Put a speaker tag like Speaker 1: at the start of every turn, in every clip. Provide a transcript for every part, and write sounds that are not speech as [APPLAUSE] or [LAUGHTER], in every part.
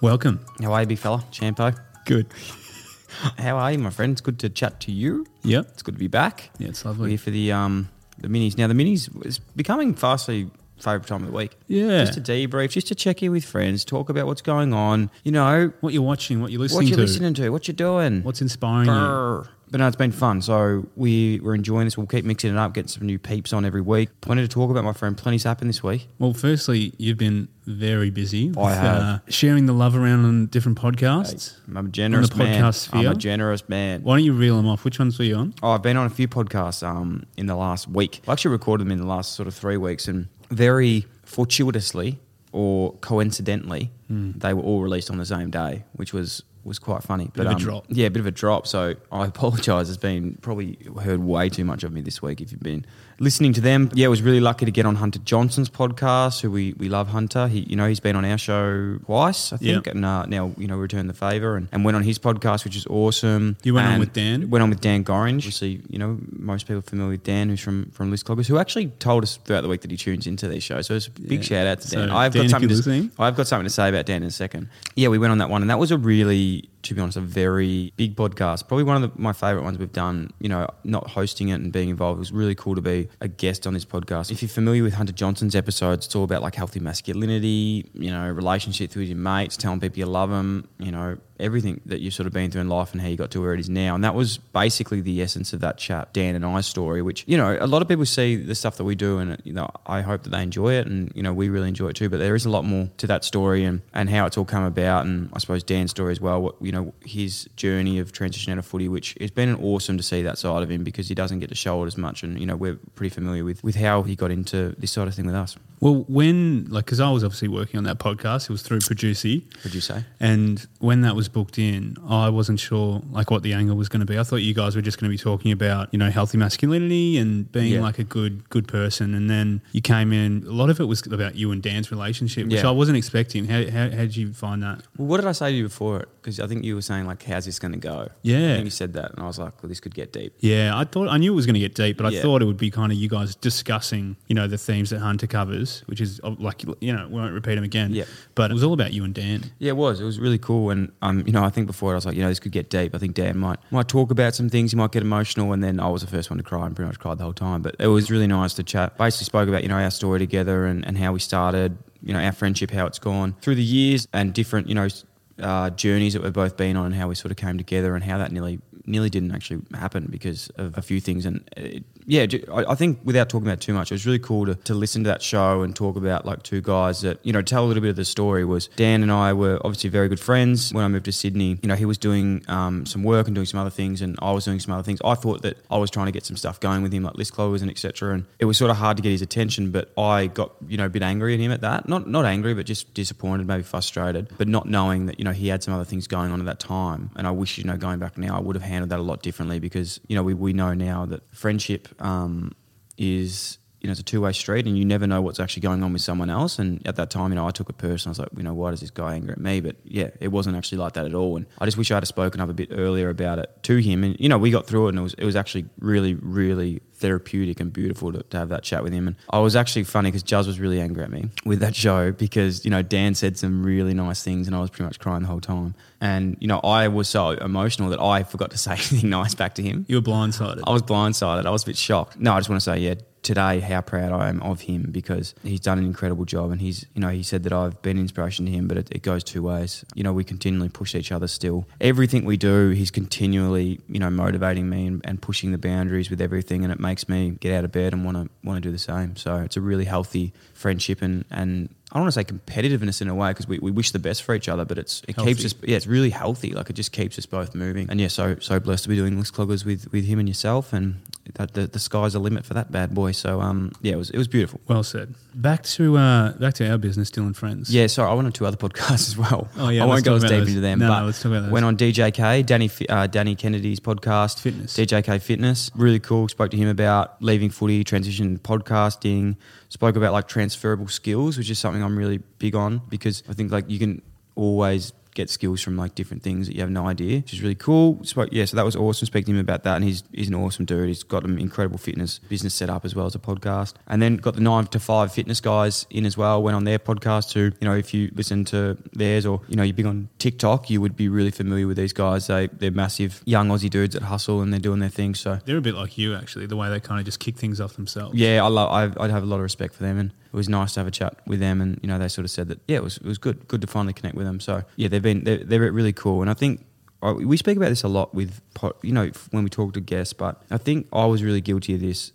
Speaker 1: Welcome.
Speaker 2: how are you, big fella? Champo,
Speaker 1: Good.
Speaker 2: how are you, my friend? It's good to chat to you.
Speaker 1: Yep.
Speaker 2: It's good to be back.
Speaker 1: Yeah, it's
Speaker 2: We're
Speaker 1: lovely.
Speaker 2: here for the um the minis. Now the minis is becoming fastly favourite time of the week.
Speaker 1: Yeah.
Speaker 2: Just to debrief, just to check in with friends, talk about what's going on. You know,
Speaker 1: What you're watching, what you're
Speaker 2: what
Speaker 1: listening
Speaker 2: you're
Speaker 1: to,
Speaker 2: listening to, what you're doing.
Speaker 1: what's inspiring you.
Speaker 2: Brr. But no, it's been fun. So we we're enjoying this. We'll keep mixing it up, getting some new peeps on every week. Plenty to talk about, my friend. Plenty's happened this week.
Speaker 1: Well, firstly, you've been very busy. with, uh,
Speaker 2: have.
Speaker 1: sharing the love around on different podcasts.
Speaker 2: I'm a generous
Speaker 1: On the
Speaker 2: man.
Speaker 1: podcast
Speaker 2: I'm a
Speaker 1: sphere?
Speaker 2: generous man.
Speaker 1: Why don't you reel them off? Which ones were you on?
Speaker 2: Oh, I've been on a few podcasts um, in the last week. I actually recorded them in the last sort of three weeks, and very fortuitously or coincidentally,
Speaker 1: Hmm.
Speaker 2: they were all released on the same day, which was was quite funny. But um,
Speaker 1: of a drop.
Speaker 2: yeah, a bit of a drop. So I [LAUGHS] apologise. It's been probably heard way too much of me this week. If you've been listening to them, yeah, I was really lucky to get on Hunter Johnson's podcast. Who we we love Hunter. He you know he's been on our show twice, I think,
Speaker 1: Yeah.
Speaker 2: and uh, now you know returned the favour and, and went on his podcast, which is awesome.
Speaker 1: You went on
Speaker 2: And
Speaker 1: with Dan?
Speaker 2: Went on with Dan Gorringe. Obviously, you know most people are familiar with Dan, who's from from List Cloggers, who actually told us throughout the week that he tunes into these shows. So it's a big
Speaker 1: Yeah.
Speaker 2: shout out to
Speaker 1: So,
Speaker 2: Dan. I've
Speaker 1: Dan,
Speaker 2: got
Speaker 1: if
Speaker 2: something.
Speaker 1: you're
Speaker 2: To,
Speaker 1: listening.
Speaker 2: I've got something to say about Dan in a second. Yeah, we went on that one, and that was a really, to be honest, a very big podcast. Probably one of the, my favorite ones we've done. You know, not hosting it and being involved it was really cool to be a guest on this podcast. If you're familiar with Hunter Johnson's episodes, it's all about like healthy masculinity. You know, relationships with your mates, telling people you love them. You know, everything that you've sort of been through in life and how you got to where it is now. And that was basically the essence of that chat, Dan and I story, which, you know, a lot of people see the stuff that we do and, you know, I hope that they enjoy it and, you know, we really enjoy it too. But there is a lot more to that story and, and how it's all come about. And I suppose Dan's story as well, what, you know, his journey of transition out of footy, which it's been awesome to see that side of him because he doesn't get to show it as much. And, you know, we're pretty familiar with, with how he got into this sort of thing with us.
Speaker 1: Well, when, like, because I was obviously working on that podcast, it was through E. Producy.
Speaker 2: Would you say?
Speaker 1: And when that was booked in, I wasn't sure like what the angle was going to be. I thought you guys were just going to be talking about you know healthy masculinity and being
Speaker 2: Yeah.
Speaker 1: like a good good person. And then you came in. A lot of it was about you and Dan's relationship, which
Speaker 2: Yeah.
Speaker 1: I wasn't expecting. How, how how did you find that?
Speaker 2: Well, what did I say to you before it? Because I think you were saying like, "How's this going to go?"
Speaker 1: Yeah.
Speaker 2: and you said that, and I was like, "Well, this could get deep."
Speaker 1: Yeah, I thought I knew it was going to get deep, but I
Speaker 2: Yeah.
Speaker 1: thought it would be kind of you guys discussing, you know, the themes that Hunter covers, which is uh, like you know, we won't repeat them again.
Speaker 2: Yeah.
Speaker 1: but it was all about you and Dan.
Speaker 2: Yeah, it was. It was really cool, and um, you know, I think before it, I was like, you know, this could get deep. I think Dan might might talk about some things. He might get emotional, and then I was the first one to cry, and pretty much cried the whole time. But it was really nice to chat. Basically, spoke about you know our story together and and how we started, you know, our friendship, how it's gone through the years, and different, you know. Uh, journeys that we've both been on, and how we sort of came together, and how that nearly nearly didn't actually happen because of a few things. And it, yeah, ju- I, I think without talking about it too much, it was really cool to, to listen to that show and talk about like two guys that, you know, tell a little bit of the story was Dan and I were obviously very good friends. When I moved to Sydney, you know, he was doing um, some work and doing some other things and I was doing some other things. I thought that I was trying to get some stuff going with him, like list clovers and etc. And it was sort of hard to get his attention, but I got, you know, a bit angry at him at that. Not not angry, but just disappointed, maybe frustrated, but not knowing that, you know, he had some other things going on at that time. And I wish, you know, going back now, I would have handled that a lot differently because, you know, we, we know now that friendship um, is you know it's a two way street, and you never know what's actually going on with someone else. And at that time, you know, I took it personal. I was like, you know, why does this guy angry at me? But yeah, it wasn't actually like that at all. And I just wish I'd have spoken up a bit earlier about it to him. And you know, we got through it, and it was it was actually really really therapeutic and beautiful to, to have that chat with him. And I was actually funny because Juz was really angry at me with that show because you know Dan said some really nice things, and I was pretty much crying the whole time. And you know, I was so emotional that I forgot to say [LAUGHS] anything nice back to him.
Speaker 1: You were blindsided.
Speaker 2: I was blindsided. I was a bit shocked. No, I just want to say, yeah, today how proud I am of him because he's done an incredible job, and he's, you know, he said that I've been an inspiration to him, but it, it goes two ways. You know, we continually push each other. Still, everything we do, he's continually, you know, motivating me and, and pushing the boundaries with everything, and it makes me get out of bed and want to want to do the same. So it's a really healthy friendship, and and. I don't want to say competitiveness in a way because we, we wish the best for each other, but it's it keeps
Speaker 1: Healthy.
Speaker 2: us yeah, it's really healthy. Like it just keeps us both moving. And yeah, so so blessed to be doing List Cloggers with with him and yourself. And that the, the sky's the limit for that bad boy. So um, yeah, it was it was beautiful.
Speaker 1: Well said. Back to uh, back to our business, Dylan Friends.
Speaker 2: Yeah, sorry, I went on two other podcasts [LAUGHS] as well.
Speaker 1: Oh, yeah,
Speaker 2: I
Speaker 1: let's
Speaker 2: won't go
Speaker 1: talk
Speaker 2: as
Speaker 1: about
Speaker 2: deep
Speaker 1: those.
Speaker 2: into them.
Speaker 1: No,
Speaker 2: but
Speaker 1: no, let's talk about those.
Speaker 2: Went on DJK, Danny Fi- uh, Danny Kennedy's podcast,
Speaker 1: Fitness.
Speaker 2: DJK Fitness, really cool. Spoke to him about leaving footy, transition to podcasting. Spoke about like transferable skills, which is something I'm really big on because I think like you can always get skills from like different things that you have no idea, which is really cool. Spoke, yeah, so that was awesome. Speaking to him about that, and he's he's an awesome dude. He's got an incredible fitness business set up as well as a podcast, and then got the nine to five fitness guys in as well. Went on their podcast too. You know, if you listen to theirs or you know you're big on TikTok, you would be really familiar with these guys. They they're massive young Aussie dudes that hustle and they're doing their thing. So
Speaker 1: They're a bit like you, actually, the way they kind of just kick things off themselves.
Speaker 2: yeah, I love. I, I have a lot of respect for them, and it was nice to have a chat with them. And you know, they sort of said that yeah, it was it was good, good to finally connect with them. So yeah, they've been they're, they're really cool, and I think. I- We speak about this a lot with, po- you know, when we talk to guests, but I think I was really guilty of this.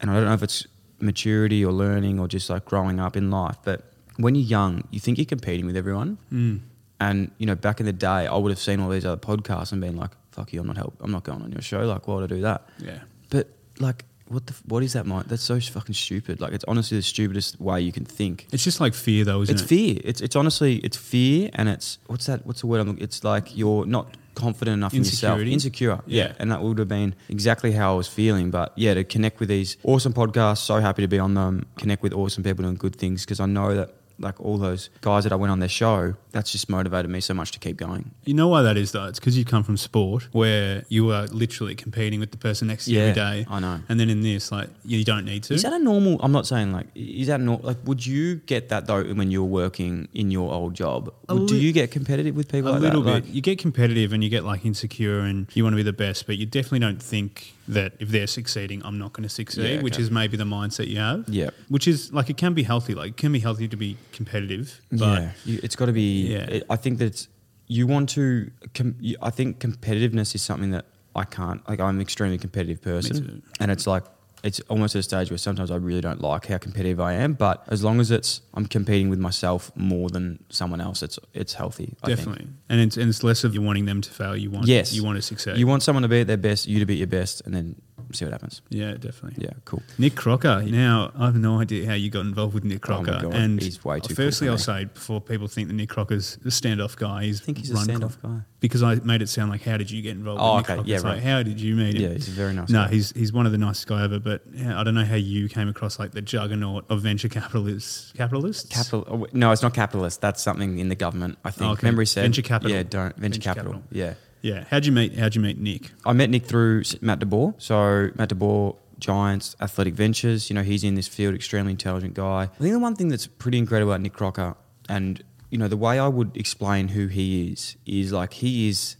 Speaker 2: And I don't know if it's maturity or learning or just like growing up in life, but when you're young, you think you're competing with everyone.
Speaker 1: Hmm.
Speaker 2: And, you know, back in the day, I would have seen all these other podcasts and been like, fuck you, I'm not help. I'm not going on your show. Like, why would I do that?
Speaker 1: Yeah.
Speaker 2: But like, what the f- what is that mind? That's so fucking stupid. Like, it's honestly the stupidest way you can think.
Speaker 1: It's just like fear, though, isn't
Speaker 2: It's
Speaker 1: it?
Speaker 2: fear. It's it's honestly it's fear, and it's what's that? What's the word? I'm looking? It's like you're not confident enough in
Speaker 1: Insecurity?
Speaker 2: yourself. Insecure.
Speaker 1: Yeah.
Speaker 2: yeah. And that would have been exactly how I was feeling. But yeah, to connect with these awesome podcasts, so happy to be on them. Connect with awesome people doing good things because I know that. Like all those guys that I went on their show, that's just motivated me so much to keep going.
Speaker 1: You know why that is, though? It's because you come from sport where you are literally competing with the person next to you every
Speaker 2: Yeah,
Speaker 1: day.
Speaker 2: I know.
Speaker 1: And then in this, like, you don't need to.
Speaker 2: Is that a normal? I'm not saying like is that normal? Like, would you get that though when you're working in your old job?
Speaker 1: A
Speaker 2: Would- do
Speaker 1: li-
Speaker 2: you get competitive with people?
Speaker 1: a
Speaker 2: like
Speaker 1: little
Speaker 2: that?
Speaker 1: bit.
Speaker 2: Like,
Speaker 1: you get competitive and you get like insecure and you want to be the best, but you definitely don't think that if they're succeeding, I'm not going to succeed,
Speaker 2: Yeah,
Speaker 1: which
Speaker 2: okay.
Speaker 1: is maybe the mindset you have.
Speaker 2: Yeah.
Speaker 1: Which is like it can be healthy. Like it can be healthy to be competitive, but
Speaker 2: yeah, you, it's got to be.
Speaker 1: Yeah.
Speaker 2: It, I think that it's, you want to. Com, you, I think competitiveness is something that I can't. Like, I'm an extremely competitive
Speaker 1: too.
Speaker 2: person, and it's like. It's almost at a stage where sometimes I really don't like how competitive I am, but as long as it's I'm competing with myself more than someone else, it's it's healthy. I think.
Speaker 1: definitely. And it's and it's less of you wanting them to fail. You want
Speaker 2: Yes.
Speaker 1: you want to succeed.
Speaker 2: You want someone to be at their best, you to be at your best, and then see what happens.
Speaker 1: yeah, definitely.
Speaker 2: Yeah, cool.
Speaker 1: Nick Crocker. Now, I have no idea how you got involved with Nick
Speaker 2: Oh my
Speaker 1: Crocker.
Speaker 2: God,
Speaker 1: and
Speaker 2: he's way too cool
Speaker 1: Firstly,
Speaker 2: for
Speaker 1: I'll
Speaker 2: me.
Speaker 1: say before people think that Nick Crocker's a standoff guy, he's I
Speaker 2: think he's a standoff guy.
Speaker 1: because I made it sound like how did you get involved?
Speaker 2: Oh,
Speaker 1: with Nick
Speaker 2: okay.
Speaker 1: Crocker?
Speaker 2: Yeah,
Speaker 1: It's like,
Speaker 2: right.
Speaker 1: how did you meet him?
Speaker 2: Yeah, he's a very nice
Speaker 1: No,
Speaker 2: guy.
Speaker 1: he's he's one of the nicest guy ever. But yeah, I don't know how you came across like the juggernaut of venture capitalists. Capitalists.
Speaker 2: Capital? oh, wait, No, it's not capitalist. That's something in the government. I think.
Speaker 1: Oh, okay.
Speaker 2: Memory said
Speaker 1: Venture capital.
Speaker 2: Yeah, don't venture,
Speaker 1: Venture
Speaker 2: capital.
Speaker 1: capital.
Speaker 2: Yeah,
Speaker 1: yeah. How'd you meet? How'd you meet Nick?
Speaker 2: I met Nick through S- Matt DeBoer. So Matt DeBoer, Giants Athletic Ventures. You know, he's in this field, extremely intelligent guy. I think the one thing that's pretty incredible about Nick Crocker, and you know, the way I would explain who he is is like he is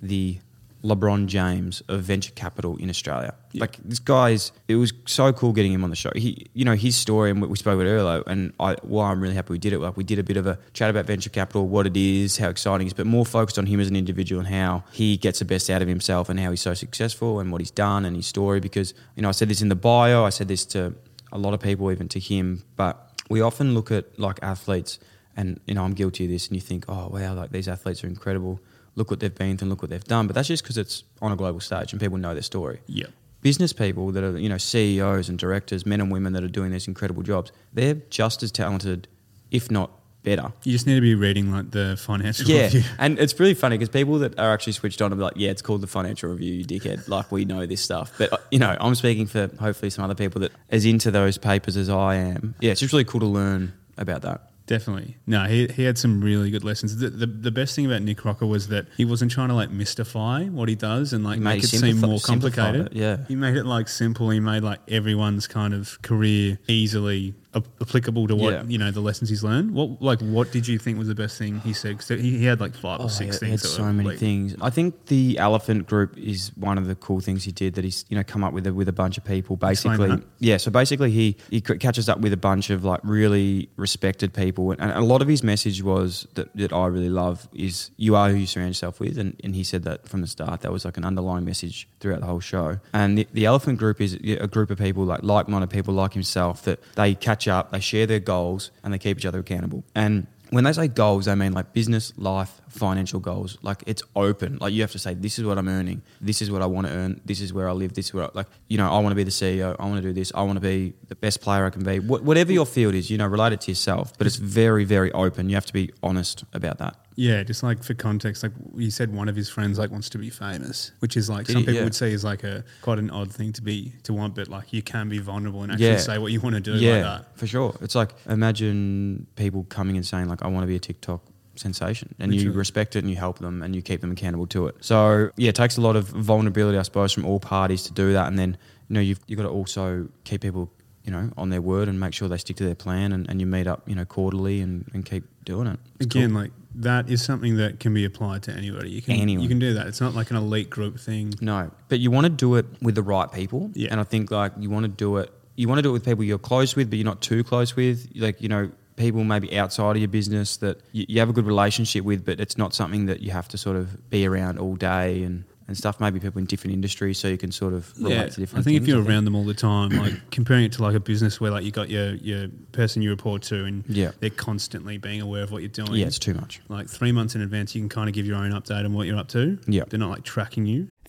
Speaker 2: the LeBron James of venture capital in Australia. Like this guy's, it was so cool getting him on the show. He, you know, his story, and we we spoke about it earlier, and I, why I'm really happy we did it. Like we did a bit of a chat about venture capital, what it is, how exciting it is, but more focused on him as an individual and how he gets the best out of himself and how he's so successful and what he's done and his story. Because you know, I said this in the bio, I said this to a lot of people, even to him, but we often look at like athletes, and you know, I'm guilty of this, and you think, oh wow, like these athletes are incredible look what they've been through and look what they've done. But that's just because it's on a global stage and people know their story.
Speaker 1: Yeah.
Speaker 2: Business people that are, you know, CEOs and directors, men and women that are doing these incredible jobs, they're just as talented, if not better.
Speaker 1: You just need to be reading like the financial
Speaker 2: Yeah.
Speaker 1: review.
Speaker 2: And it's really funny because people that are actually switched on are like, yeah, it's called the financial review, you dickhead. Like, we know this stuff. But, uh, you know, I'm speaking for hopefully some other people that as into those papers as I am. Yeah, it's just really cool to learn about that.
Speaker 1: Definitely. No, he, he had some really good lessons. The, the, the best thing about Nick Crocker was that he wasn't trying to like mystify what he does and like
Speaker 2: He made
Speaker 1: make it
Speaker 2: it
Speaker 1: seem
Speaker 2: simplify-
Speaker 1: more
Speaker 2: simplify
Speaker 1: complicated.
Speaker 2: it, yeah.
Speaker 1: He made it like simple. He made like everyone's kind of career easily ap- applicable to what,
Speaker 2: Yeah.
Speaker 1: you know, the lessons he's learned. What, like, what did you think was the best thing he said? 'Cause he, he had like five or
Speaker 2: Oh,
Speaker 1: six
Speaker 2: he
Speaker 1: things.
Speaker 2: had
Speaker 1: that
Speaker 2: so
Speaker 1: were,
Speaker 2: many
Speaker 1: like-
Speaker 2: things. I think the Elephant Group is one of the cool things he did that he's you know come up with a, with a bunch of people
Speaker 1: Explain
Speaker 2: basically.
Speaker 1: that.
Speaker 2: Yeah, so basically he he c- catches up with a bunch of like really respected people, and, and a lot of his message was that that I really love is you are who you surround yourself with, and, and he said that from the start. That was like an underlying message throughout the whole show. And the, the Elephant Group is yeah, a group of people like like minded people like himself that they catch up, they share their goals, and they keep each other accountable. And when they say goals, they mean like business, life, financial goals. Like it's open. Like you have to say, this is what I'm earning. This is what I want to earn. This is where I live. This is where I, like you know I want to be the CEO. I want to do this. I want to be the best player I can be. Wh- whatever your field is, you know, relate it to yourself. But it's very very open. You have to be honest about that.
Speaker 1: Yeah, just like for context, like he said, one of his friends like wants to be famous, which is like
Speaker 2: Did
Speaker 1: some
Speaker 2: he?
Speaker 1: people
Speaker 2: Yeah.
Speaker 1: would say is like a quite an odd thing to be to want, but like you can be vulnerable and actually
Speaker 2: Yeah.
Speaker 1: say what you want to do like that.
Speaker 2: for sure. It's like imagine people coming and saying like, "I want to be a TikTok sensation," and you
Speaker 1: Literally.
Speaker 2: respect it and you help them and you keep them accountable to it. So yeah, it takes a lot of vulnerability, I suppose, from all parties to do that. And then you know you've you got to also keep people you know on their word and make sure they stick to their plan and, and you meet up you know quarterly and, and keep doing it. It's
Speaker 1: Again, like that is something that can be applied to anybody. You can
Speaker 2: Anyone.
Speaker 1: you can do that. It's not like an elite group thing.
Speaker 2: No, but you want to do it with the right people.
Speaker 1: Yeah.
Speaker 2: And I think like you want to do it, you want to do it with people you're close with, but you're not too close with. Like, you know, people maybe outside of your business that you, you have a good relationship with, but it's not something that you have to sort of be around all day and, and stuff. Maybe people in different industries, so you can sort of relate
Speaker 1: Yeah,
Speaker 2: to
Speaker 1: I
Speaker 2: different
Speaker 1: think if
Speaker 2: things,
Speaker 1: you're around them all the time, like [CLEARS THROAT] comparing it to like a business where like you got your your person you report to and
Speaker 2: Yeah.
Speaker 1: they're constantly being aware of what you're doing.
Speaker 2: Yeah, it's too much.
Speaker 1: like three months in advance, you can kind of give your own update on what you're up to.
Speaker 2: Yeah.
Speaker 1: they're not like tracking you.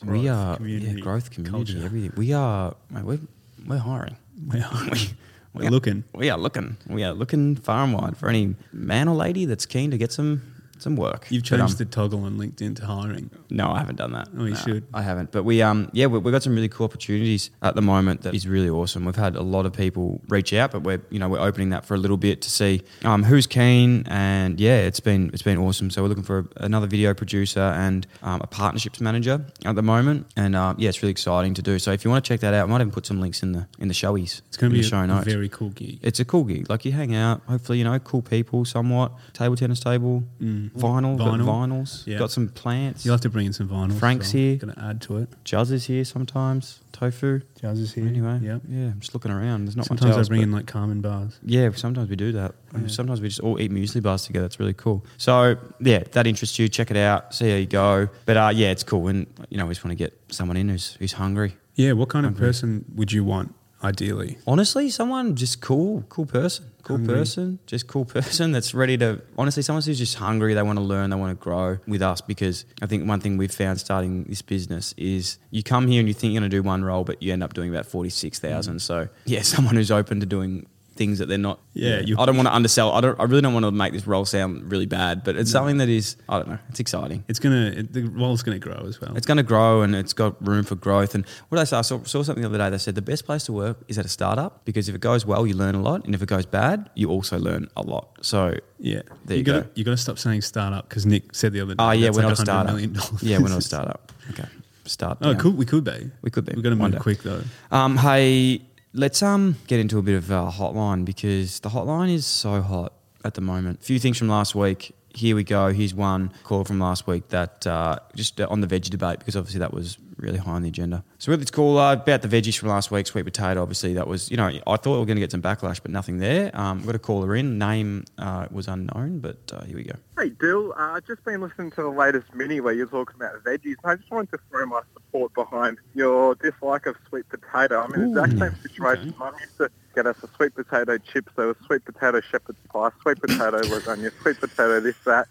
Speaker 1: Growth,
Speaker 2: we are
Speaker 1: community,
Speaker 2: yeah, growth, community, [LAUGHS]
Speaker 1: culture.
Speaker 2: everything. We are, mate, we're, we're hiring. [LAUGHS]
Speaker 1: We are, we're looking.
Speaker 2: We are looking. We are looking far and wide for any man or lady that's keen to get some some work.
Speaker 1: You've
Speaker 2: But,
Speaker 1: changed
Speaker 2: um,
Speaker 1: the toggle on LinkedIn to hiring.
Speaker 2: No, I haven't done that.
Speaker 1: Oh, you
Speaker 2: No,
Speaker 1: should.
Speaker 2: I haven't. But we, um, yeah, we, we've got some really cool opportunities at the moment that is really awesome. We've had a lot of people reach out, but we're, you know, we're opening that for a little bit to see um, who's keen. And yeah, it's been it's been awesome. So we're looking for another video producer and um, a partnerships manager at the moment. And um, yeah, it's really exciting to do. So if you want to check that out, I might even put some links in the in the showies.
Speaker 1: It's going
Speaker 2: in
Speaker 1: to
Speaker 2: the
Speaker 1: be
Speaker 2: show
Speaker 1: a,
Speaker 2: notes
Speaker 1: very cool gig.
Speaker 2: it's a cool gig. Like you hang out, hopefully you know cool people, somewhat table tennis table, vinyl, got
Speaker 1: Mm. Vinyl.
Speaker 2: vinyls,
Speaker 1: Yeah.
Speaker 2: got some plants.
Speaker 1: You'll have to bring in some vinyl.
Speaker 2: Frank's here.
Speaker 1: Going to add to it.
Speaker 2: Juzz is here sometimes, tofu.
Speaker 1: Jazz is here.
Speaker 2: Anyway,
Speaker 1: Yep.
Speaker 2: yeah, I'm just looking around. There's not
Speaker 1: Sometimes
Speaker 2: much else.
Speaker 1: I bring
Speaker 2: but-
Speaker 1: in like Carmen bars.
Speaker 2: yeah, sometimes we do that. Sometimes we just all eat muesli bars together. It's really cool. So yeah, if that interests you. Check it out. See how you go. But uh, yeah, it's cool. And you know, we just want to get someone in who's who's hungry.
Speaker 1: Yeah. What kind of person would you want ideally?
Speaker 2: Honestly, someone just cool, cool person, cool person, just cool person that's ready to. Honestly, someone who's just hungry. They want to learn. They want to grow with us because I think one thing we've found starting this business is you come here and you think you're going to do one role, but you end up doing about forty six thousand. So yeah, [LAUGHS] someone who's open to doing things that they're not.
Speaker 1: Yeah, you-
Speaker 2: I don't want to undersell. I don't. I really don't want to make this role sound really bad, but it's something that is. I don't know. It's exciting.
Speaker 1: It's gonna. It, the role's gonna grow as well.
Speaker 2: It's going to grow and it's got room for growth. And what did I say? I saw, saw something the other day. They said the best place to work is at a startup because if it goes well, you learn a lot. And if it goes bad, you also learn a lot. So,
Speaker 1: yeah.
Speaker 2: There you
Speaker 1: gotta,
Speaker 2: go.
Speaker 1: You got to stop saying startup because Nick said the other day.
Speaker 2: oh, yeah,
Speaker 1: that's
Speaker 2: we're
Speaker 1: like
Speaker 2: not a
Speaker 1: $100
Speaker 2: startup.
Speaker 1: million dollars.
Speaker 2: Yeah, we're not a startup. Okay. Start.
Speaker 1: [LAUGHS] oh,
Speaker 2: down.
Speaker 1: cool. We could be.
Speaker 2: We could be.
Speaker 1: We're gonna
Speaker 2: One
Speaker 1: move
Speaker 2: day.
Speaker 1: quick though.
Speaker 2: Um, hey, let's um get into a bit of uh, hotline because the hotline is so hot at the moment. few things from last week. Here we go. Here's one call from last week that uh, just on the veggie debate because obviously that was really high on the agenda. So with this call uh, about the veggies from last week, sweet potato. Obviously that was you know I thought we were going to get some backlash, but nothing there. Um, got a caller in. Name uh, was unknown, but uh, here we go.
Speaker 3: Hey, Bill. Uh, I've just been listening to the latest mini where you're talking about veggies, and I just wanted to throw my support behind your dislike of sweet potato. I'm in the exact same situation. Mum used to get us a sweet potato chips. There was sweet potato shepherd's pie, sweet
Speaker 2: [LAUGHS]
Speaker 3: potato lasagna, sweet potato this, that.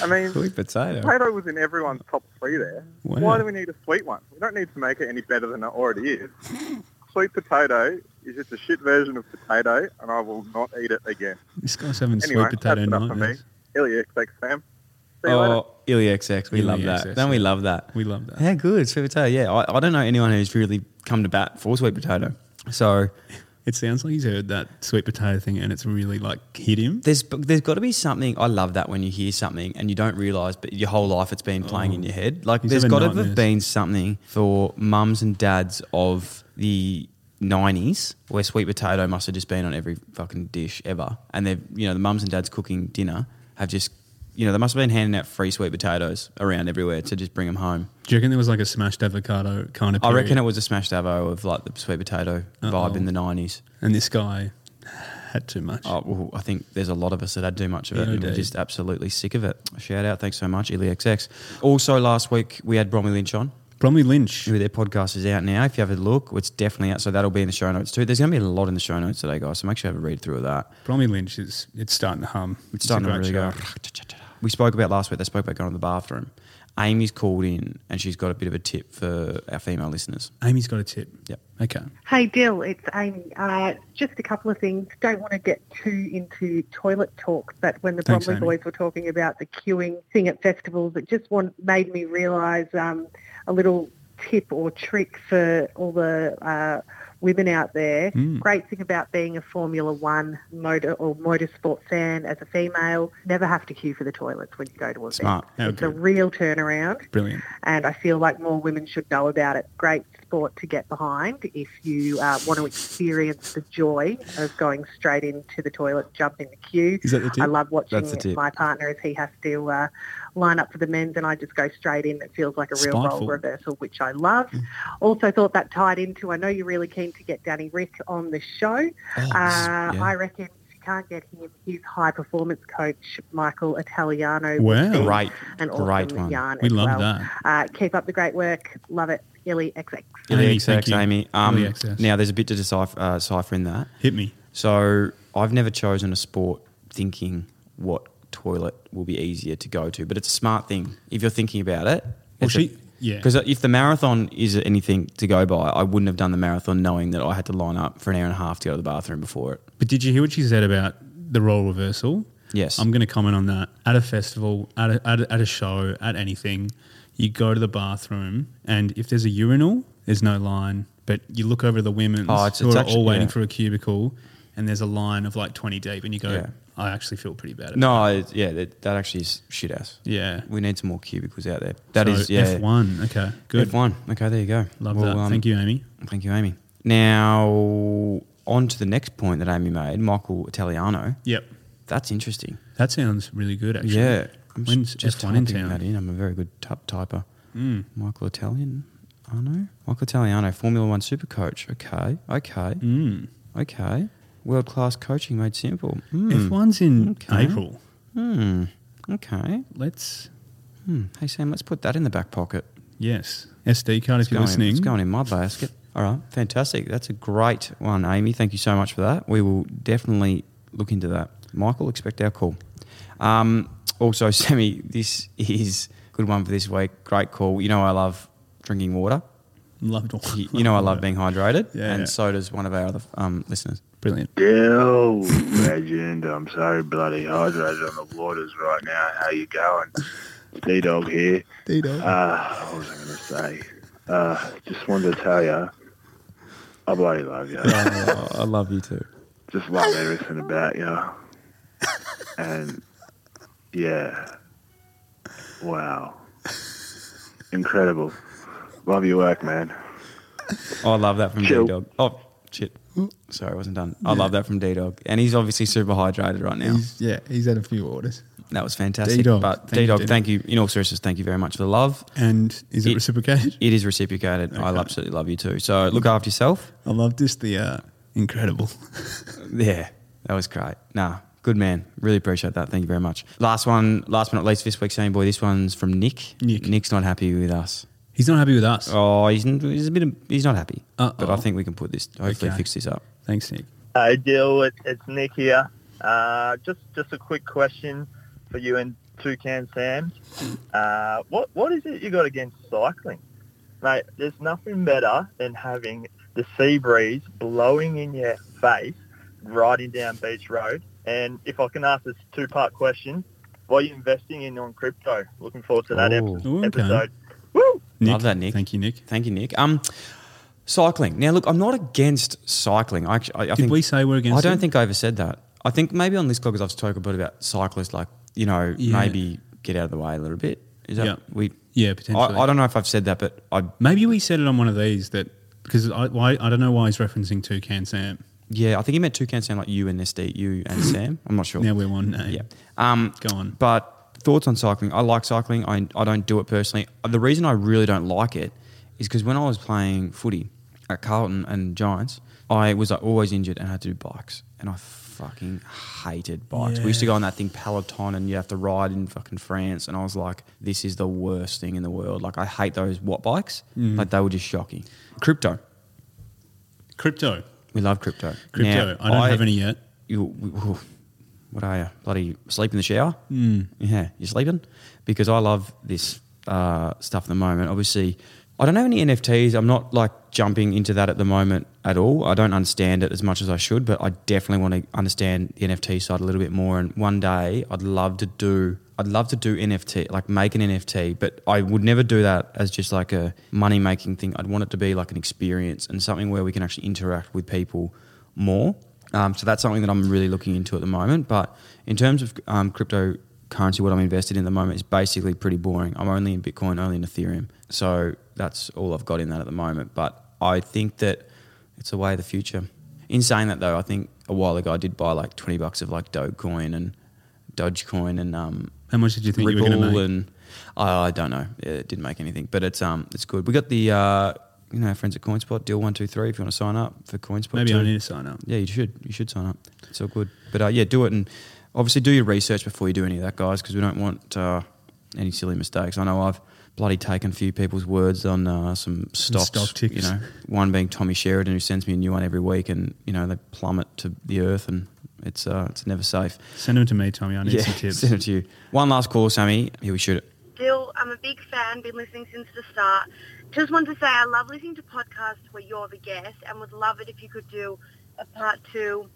Speaker 3: I mean,
Speaker 2: Sweet potato.
Speaker 3: potato was in everyone's top three there.
Speaker 1: Wow.
Speaker 3: Why do we need a sweet one? We don't need to make it any better than it already is. sweet potato is just a shit version of potato, and I will not eat it again.
Speaker 1: This guy's having
Speaker 3: Anyway,
Speaker 1: sweet potato
Speaker 3: that's enough for me.
Speaker 1: nightmares.
Speaker 3: Ilya, thanks, Sam. See you later.
Speaker 2: Oh, Illy XX. We
Speaker 1: Illy
Speaker 2: love that.
Speaker 1: XX,
Speaker 2: Don't we
Speaker 1: yeah.
Speaker 2: love that?
Speaker 1: We love that.
Speaker 2: Yeah, good. Sweet potato. Yeah, I, I don't know anyone who's really come to bat for sweet potato. So
Speaker 1: It sounds like he's heard that sweet potato thing and it's really like hit him.
Speaker 2: there's there's got to be something. I love that when you hear something and you don't realize, but your whole life it's been playing in your head. Like
Speaker 1: These
Speaker 2: there's
Speaker 1: are
Speaker 2: got to have
Speaker 1: Mm. nightmares.
Speaker 2: been something for mums and dads of the. 90s where sweet potato must have just been on every fucking dish ever and they've you know the mums and dads cooking dinner have just you know, they must have been handing out free sweet potatoes around everywhere to just bring them home.
Speaker 1: Do you reckon there was like a smashed avocado kind of?
Speaker 2: I
Speaker 1: Period?
Speaker 2: reckon it was a smashed avo of like the sweet potato
Speaker 1: Uh-oh.
Speaker 2: vibe in the nineties.
Speaker 1: And this guy had too much.
Speaker 2: Oh, well, I think there's a lot of us that had too much of it.
Speaker 1: Yeah,
Speaker 2: and we're
Speaker 1: indeed.
Speaker 2: just absolutely sick of it. Shout out, thanks so much, IllyXX. Also, last week we had Bromley Lynch on.
Speaker 1: Bromley Lynch.
Speaker 2: Their podcast is out now. If you have a look, it's definitely out. So that'll be in the show notes too. There's going to be a lot in the show notes today, guys. So make sure you have a read through of that.
Speaker 1: Bromley Lynch is it's starting to hum.
Speaker 2: It's starting
Speaker 1: a
Speaker 2: to really
Speaker 1: great
Speaker 2: go.
Speaker 1: show.
Speaker 2: We spoke about last week. They spoke about going to the bathroom. Amy's called in and she's got a bit of a tip for our female listeners.
Speaker 1: Amy's got a tip.
Speaker 2: Yep.
Speaker 1: Okay.
Speaker 4: Hey Dill, it's Amy. Uh, just a couple of things. Don't want to get too into toilet talk, but when the
Speaker 1: Thanks,
Speaker 4: Bromley
Speaker 1: Amy.
Speaker 4: boys were talking about the queuing thing at festivals, it just want, made me realise um, a little tip or trick for all the uh, women out there.
Speaker 1: Mm.
Speaker 4: Great thing about being a Formula One motor or motorsport fan as a female, never have to queue for the toilets when you go to a
Speaker 2: Smart.
Speaker 1: How
Speaker 4: It's a
Speaker 1: good.
Speaker 4: real turnaround
Speaker 1: Brilliant.
Speaker 4: and I feel like more women should know about it. Great sport to get behind if you uh, want to experience the joy of going straight into the toilet, jumping the queue.
Speaker 1: Is that the tip?
Speaker 4: I love watching
Speaker 2: That's the tip.
Speaker 4: my partner as he has to uh, line up for the men's and I just go straight in. It feels like a real
Speaker 1: Spiteful.
Speaker 4: role reversal, which I love.
Speaker 2: Mm.
Speaker 4: Also thought that tied into, I know you're really keen to get Danny Rick on the show.
Speaker 2: Oh, this is-
Speaker 4: Uh,
Speaker 2: yeah.
Speaker 4: I reckon if you can't get him, his high performance coach, Michael Italiano,
Speaker 1: Wow.
Speaker 4: would be
Speaker 2: Great.
Speaker 4: an awesome
Speaker 2: Great one.
Speaker 4: yarn
Speaker 1: We
Speaker 4: as
Speaker 1: love
Speaker 4: well.
Speaker 1: that.
Speaker 4: Uh, keep up the great work. Love it. Illy XX.
Speaker 1: Amy, thank
Speaker 2: IllyXX,
Speaker 1: you.
Speaker 2: Amy. Um,
Speaker 1: IllyXX.
Speaker 2: now, there's a bit to decipher, uh, cipher in that.
Speaker 1: Hit me.
Speaker 2: So I've never chosen a sport thinking what toilet will be easier to go to, but it's a smart thing if you're thinking about it.
Speaker 1: Well, she- yeah.
Speaker 2: Because if the marathon is anything to go by, I wouldn't have done the marathon knowing that I had to line up for an hour and a half to go to the bathroom before it.
Speaker 1: But did you hear what she said about the role reversal?
Speaker 2: Yes.
Speaker 1: I'm going to comment on that. At a festival, at a, at, a, at a show, at anything, you go to the bathroom, and if there's a urinal, there's no line. But you look over the women
Speaker 2: Oh, it's-
Speaker 1: who
Speaker 2: it's
Speaker 1: are
Speaker 2: actu-
Speaker 1: all waiting
Speaker 2: yeah.
Speaker 1: for a cubicle, and there's a line of like 20 deep, and you go,
Speaker 2: Yeah.
Speaker 1: I actually feel pretty bad. About
Speaker 2: No, I- yeah, that, that actually is shit ass.
Speaker 1: Yeah.
Speaker 2: we need some more cubicles out there. That is yeah.
Speaker 1: F1. Okay. Good.
Speaker 2: F1. Okay, there you go.
Speaker 1: Love
Speaker 2: Well,
Speaker 1: that.
Speaker 2: um,
Speaker 1: Thank you, Amy.
Speaker 2: Thank you, Amy. Now on to the next point that Amy made, Michael Italiano.
Speaker 1: Yep.
Speaker 2: That's interesting.
Speaker 1: That sounds really good, actually.
Speaker 2: Yeah.
Speaker 1: When's F1 in
Speaker 2: typing that
Speaker 1: town? Hmm.
Speaker 2: in. I'm a very good typ- typer. Michael Italian. I know. Michael Italiano, Formula One super coach. Okay. Okay.
Speaker 1: Mm. Hmm.
Speaker 2: Okay. World class coaching made simple. Mm.
Speaker 1: F1's in
Speaker 2: Okay.
Speaker 1: April.
Speaker 2: Hmm. Okay.
Speaker 1: Let's,
Speaker 2: Hmm. Hey, Sam, let's put that in the back pocket.
Speaker 1: yes. SD card, if
Speaker 2: It's
Speaker 1: you're
Speaker 2: going,
Speaker 1: listening.
Speaker 2: It's going in my basket. All right. Fantastic. That's a great one, Amy. Thank you so much for that. We will definitely look into that. Michael, expect our call. Um, also, [LAUGHS] Sammy, this is a good one for this week. Great call. You know, I love drinking water.
Speaker 1: Loved all.
Speaker 2: You, you know, I love being hydrated.
Speaker 1: [LAUGHS] Yeah,
Speaker 2: and
Speaker 1: yeah.
Speaker 2: so does one of our other um, listeners.
Speaker 1: Brilliant.
Speaker 5: Dill, legend. I'm so bloody hydrated on the waters right now. How you going? D Dog here. Uh, what was I going to say? Uh, just wanted to tell you, I bloody love you.
Speaker 2: I love you too.
Speaker 5: Just love everything about you. And yeah, wow, incredible. Love your work, man.
Speaker 2: I love that from D
Speaker 5: Chill.
Speaker 2: Dog. Oh, shit. Sorry, I wasn't done. I love that from D Dog. And he's obviously super hydrated right now.
Speaker 1: yeah, he's had a few orders.
Speaker 2: That was fantastic.
Speaker 1: D-Dog.
Speaker 2: But
Speaker 1: Thank you,
Speaker 2: D Dog,
Speaker 1: D-Dog.
Speaker 2: thank you. In all seriousness, thank you very much for the love.
Speaker 1: And is it,
Speaker 2: It-
Speaker 1: reciprocated?
Speaker 2: [LAUGHS] It is reciprocated. I
Speaker 1: Okay.
Speaker 2: absolutely love you too. So look after yourself.
Speaker 1: I love just the uh, incredible. [LAUGHS]
Speaker 2: Yeah, that was great. Nah, good man. Really appreciate that. Thank you very much. Last one, last but not least, this week's Sammy Boy. This one's from Nick.
Speaker 1: Nick.
Speaker 2: Nick's not happy with us.
Speaker 1: He's not happy with us.
Speaker 2: Oh, he's, he's a bit. Of, he's not happy. But
Speaker 1: Uh-oh.
Speaker 2: I think we can put this. Hopefully,
Speaker 1: Oh. Okay.
Speaker 2: fix this up.
Speaker 1: Thanks, Nick.
Speaker 6: Hey, Dill, it, it's Nick here. Uh, just just a quick question for you and Toucan Sam. Uh, what what is it you got against cycling, mate? There's nothing better than having the sea breeze blowing in your face, riding down Beach Road. And if I can ask this two part question, what are you investing in on crypto? Looking forward to that
Speaker 2: Oh.
Speaker 6: epi-
Speaker 1: Ooh, okay.
Speaker 6: episode. Woo!
Speaker 1: Nick.
Speaker 2: Love that, Nick.
Speaker 1: Thank you, Nick.
Speaker 2: Thank you, Nick. Um, cycling. Now, look, I'm not against cycling. I actually, I, I
Speaker 1: Did
Speaker 2: think
Speaker 1: we say we're against
Speaker 2: I don't
Speaker 1: it?
Speaker 2: think I ever said that. I think maybe on this because I've spoken a bit about cyclists, like you know,
Speaker 1: Yeah.
Speaker 2: maybe get out of the way a little bit. Is that
Speaker 1: Yeah.
Speaker 2: we?
Speaker 1: Yeah, potentially.
Speaker 2: I, I don't know if I've said that, but I
Speaker 1: Maybe we said it on one of these that because I why, I don't know why he's referencing Toucan Sam.
Speaker 2: yeah, I think he
Speaker 1: [LAUGHS]
Speaker 2: meant two can sound like you and SD, you and Sam. I'm not sure.
Speaker 1: eh? Now we're one name.
Speaker 2: yeah. Um,
Speaker 1: Go on.
Speaker 2: But thoughts on cycling. I like cycling. I, I don't do it personally. The reason I really don't like it is because when I was playing footy at Carlton and Giants, I was like, always injured and had to do bikes. And I fucking hated bikes. We used to go on that thing Peloton and you have to ride in fucking France. And I was like, this is the worst thing in the world. Like, I hate those what bikes.
Speaker 1: Mm.
Speaker 2: Like, they were just shocking. Crypto.
Speaker 1: Crypto.
Speaker 2: We love crypto.
Speaker 1: Crypto.
Speaker 2: Now,
Speaker 1: I don't have any yet.
Speaker 2: you, ooh, what are you? Bloody sleep in the shower? Mm. Yeah, you sleeping? Because I love this uh, stuff at the moment. Obviously, I don't have any NFTs. I'm not like jumping into that at the moment at all. I don't understand it as much as I should, but I definitely want to understand the NFT side a little bit more. And one day, I'd love to do. I'd love to do NFT, like make an NFT, but I would never do that as just like a money making thing. I'd want it to be like an experience and something where we can actually interact with people more. Um, so that's something that I'm really looking into at the moment. But in terms of um, cryptocurrency, what I'm invested in at the moment is basically pretty boring. I'm only in Bitcoin, only in Ethereum. So that's all I've got in that at the moment. But I think that it's a way of the future. In saying that, though, I think a while ago I did buy like 20 bucks of like Dogecoin and Dogecoin and um,
Speaker 1: How much did you think you were
Speaker 2: Ripple
Speaker 1: going to make?
Speaker 2: and I I don't know. It didn't make anything, but it's um it's good. We got the uh, you know our friends at CoinSpot deal one two three. If you want to sign up for CoinSpot,
Speaker 1: Maybe
Speaker 2: too.
Speaker 1: I need to sign up.
Speaker 2: Yeah, you should. You should sign up. It's all good. But uh, yeah, do it and obviously do your research before you do any of that, guys, because we don't want uh, any silly mistakes. I know I've bloody taken a few people's words on uh, some stocks.
Speaker 1: stock ticks.
Speaker 2: You know, one being Tommy Sheridan, who sends me a new one every week, and you know they plummet to the earth, and it's uh, it's never safe.
Speaker 1: Send them to me, Tommy. I need
Speaker 2: [LAUGHS]
Speaker 1: some tips.
Speaker 2: send it to you. One last call, Sammy. Here we shoot it.
Speaker 7: Gil, I'm a big fan, been listening since the start. Just wanted to say I love listening to podcasts where you're the guest and would love it if you could do a part two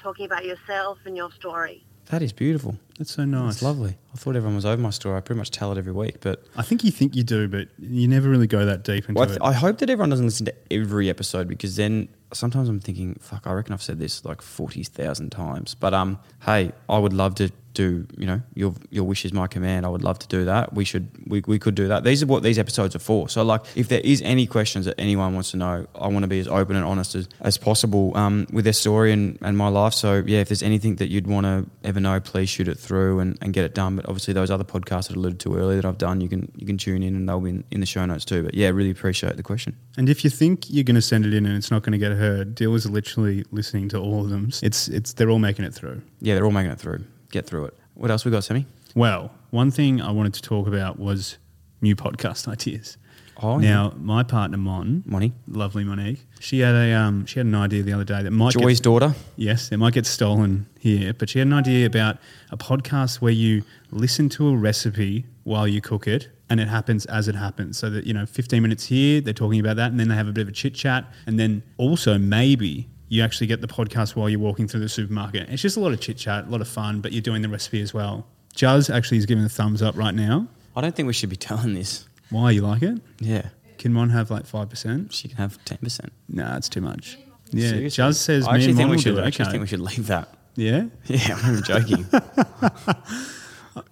Speaker 7: talking about yourself and your story.
Speaker 2: That is beautiful.
Speaker 1: That's so nice.
Speaker 2: That's lovely. I thought everyone was over my story. I pretty much tell it every week, but
Speaker 1: I think you think you do, but you never really go that deep into
Speaker 2: Well, I, th-
Speaker 1: it.
Speaker 2: I hope that everyone doesn't listen to every episode because then sometimes I'm thinking, fuck, I reckon I've said this like forty thousand times. But um, hey, I would love to do. You know, your your wish is my command. I would love to do that. We should we, we could do that. These are what these episodes are for. So like, if there is any questions that anyone wants to know, I want to be as open and honest as, as possible um, with their story and, and my life. So yeah, if there's anything that you'd want to ever know, please shoot it through and, and get it done. But obviously those other podcasts that I alluded to earlier that I've done, you can you can tune in and they'll be in, in the show notes too. But yeah, really appreciate the question.
Speaker 1: and if you think you're going to send it in and it's not going to get heard, Dill is literally listening to all of them. It's it's they're all making it through.
Speaker 2: Yeah, they're all making it through. Get through it. What else we got, Sammy?
Speaker 1: Well, one thing I wanted to talk about was new podcast [LAUGHS] ideas.
Speaker 2: Oh, yeah.
Speaker 1: now my partner Mon,
Speaker 2: Moni.
Speaker 1: lovely Monique, she had a um, she had an idea the other day that might
Speaker 2: Joy's
Speaker 1: get,
Speaker 2: daughter.
Speaker 1: yes, it might get stolen here, but she had an idea about a podcast where you listen to a recipe while you cook it. And it happens as it happens. So that, you know, 15 minutes here, they're talking about that. And then they have a bit of a chit chat. And then also, maybe you actually get the podcast while you're walking through the supermarket. It's just a lot of chit chat, a lot of fun, but you're doing the recipe as well. Juz actually is giving a thumbs up right now.
Speaker 2: I don't think we should be telling this.
Speaker 1: Why? You like it?
Speaker 2: Yeah,
Speaker 1: Can Mon have like 5%?
Speaker 2: she can have ten percent.
Speaker 1: Nah, it's too much. Yeah. Juz says,
Speaker 2: I
Speaker 1: me
Speaker 2: actually think
Speaker 1: and Mon
Speaker 2: we
Speaker 1: will
Speaker 2: should.
Speaker 1: do it.
Speaker 2: I actually
Speaker 1: Okay.
Speaker 2: think we should leave that. [LAUGHS]
Speaker 1: Yeah.
Speaker 2: Yeah, I'm not even joking.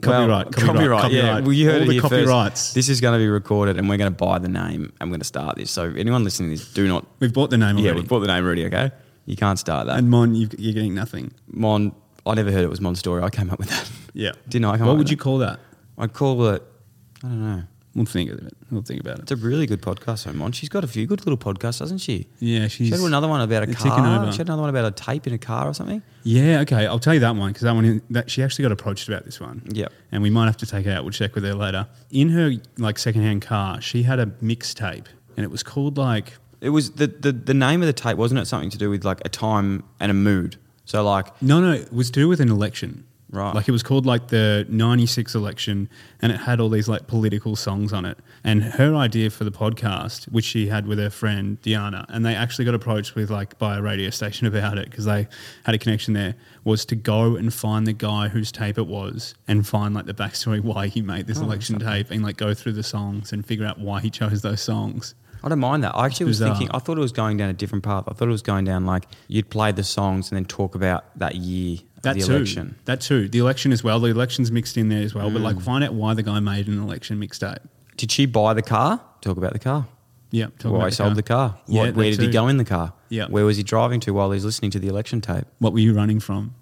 Speaker 1: Copyright,
Speaker 2: Well,
Speaker 1: copyright,
Speaker 2: Yeah,
Speaker 1: copyright.
Speaker 2: well, you heard
Speaker 1: All
Speaker 2: it
Speaker 1: the
Speaker 2: here first.
Speaker 1: copyrights.
Speaker 2: This is going to be recorded, and we're going to buy the name. I'm going to start this. So anyone listening to this, do not.
Speaker 1: We've bought the name already.
Speaker 2: Yeah, we bought the name already. Okay, you can't start that.
Speaker 1: And Mon, you you're getting nothing.
Speaker 2: Mon, I never heard it was Mon story. I came up with that. [LAUGHS]
Speaker 1: Yeah.
Speaker 2: Didn't I? I can't
Speaker 1: What would
Speaker 2: remember.
Speaker 1: you call that?
Speaker 2: I'd call it. I don't know.
Speaker 1: We'll think of it. We'll think about
Speaker 2: It's
Speaker 1: it.
Speaker 2: a really good podcast, though, Mon. She's got a few good little podcasts, doesn't she?
Speaker 1: Yeah, she's
Speaker 2: She had another one about a
Speaker 1: they're
Speaker 2: car.
Speaker 1: ticking over.
Speaker 2: She had another one about a tape in a car or something.
Speaker 1: Yeah, okay. I'll tell you that one because that one that she actually got approached about this one.
Speaker 2: Yep.
Speaker 1: and we might have to take it out. We'll check with her later. In her like secondhand car, she had a mixtape, and it was called like
Speaker 2: It was the, the the name of the tape, wasn't it? Something to do with like a time and a mood. So like
Speaker 1: no, no, it was to do with an election.
Speaker 2: Right.
Speaker 1: Like it was called like the 96 election and it had all these like political songs on it. And her idea for the podcast, which she had with her friend Diana, and they actually got approached with like by a radio station [LAUGHS] about it because they had a connection there, was to go and find the guy whose tape it was and find like the backstory [LAUGHS] why he made
Speaker 2: Oh,
Speaker 1: this election tape and like go through the songs and figure out why he chose those songs.
Speaker 2: I don't mind that. I actually was
Speaker 1: Bizarre.
Speaker 2: thinking. I thought it was going down a different path. I thought it was going down like you'd play the songs and then talk about that year
Speaker 1: That
Speaker 2: of the
Speaker 1: too.
Speaker 2: election. Mm.
Speaker 1: That too. The election as well. The election's mixed in there as well. But like find out why the guy made an election mixtape.
Speaker 2: Did she buy the car? Talk about the car.
Speaker 1: Yeah. talk
Speaker 2: Why
Speaker 1: about
Speaker 2: he sold the car?
Speaker 1: Yeah,
Speaker 2: what, where
Speaker 1: that
Speaker 2: did he
Speaker 1: too.
Speaker 2: go in the car?
Speaker 1: Yeah.
Speaker 2: Where was he driving to while he's listening to the election tape? Hmm.
Speaker 1: What were you running from?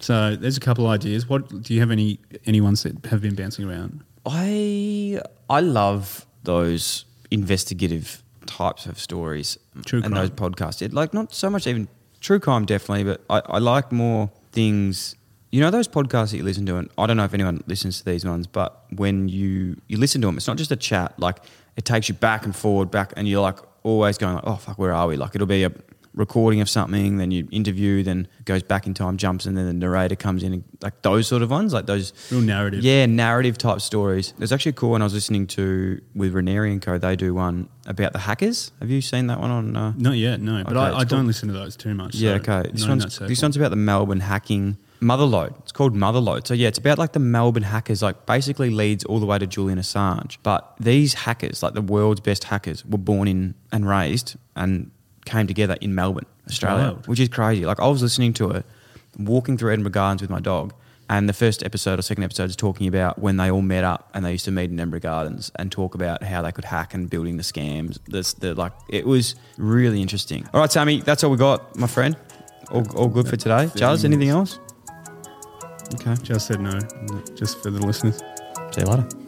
Speaker 1: So there's a couple ideas. What do you have any any ones that have been bouncing around?
Speaker 2: I I love those investigative types of stories
Speaker 1: True
Speaker 2: and
Speaker 1: crime.
Speaker 2: those podcasts. It, like not so much even true crime, definitely, but I, I like more things. You know those podcasts that you listen to, and I don't know if anyone listens to these ones, but when you you listen to them, it's not just a chat. Like it takes you back and forward, back, and you're like always going like, oh fuck, where are we? Like it'll be a recording of something, then you interview, then it goes back in time, jumps, and then the narrator comes in, and like those sort of ones, like those
Speaker 1: Real narrative.
Speaker 2: Yeah, yeah, narrative type stories. There's actually a cool one I was listening to with Ranieri and Co. They do one about the hackers. Have you seen that one on? Uh,
Speaker 1: Not yet, no. But
Speaker 2: Okay,
Speaker 1: I,
Speaker 2: it's
Speaker 1: I don't
Speaker 2: cool.
Speaker 1: listen to those too much.
Speaker 2: Yeah,
Speaker 1: so
Speaker 2: okay. This
Speaker 1: not in
Speaker 2: one's,
Speaker 1: that
Speaker 2: this
Speaker 1: circle.
Speaker 2: one's about the Melbourne hacking Motherlode. It's called Motherlode. So yeah, it's about like the Melbourne hackers. Like basically leads all the way to Julian Assange. But these hackers, like the world's best hackers, were born in and raised and came together in Melbourne, Australia,
Speaker 1: wild.
Speaker 2: which is crazy. Like I was listening to it, walking through Edinburgh Gardens with my dog. And the first episode or second episode is talking about when they all met up and they used to meet in Edinburgh Gardens and talk about how they could hack and building the scams. This, the like, it was really interesting. All right, Sammy, that's all we got, my friend. All, all good for today. Jazz, anything else? Okay.
Speaker 1: Just said no, just for the listeners.
Speaker 2: See you later.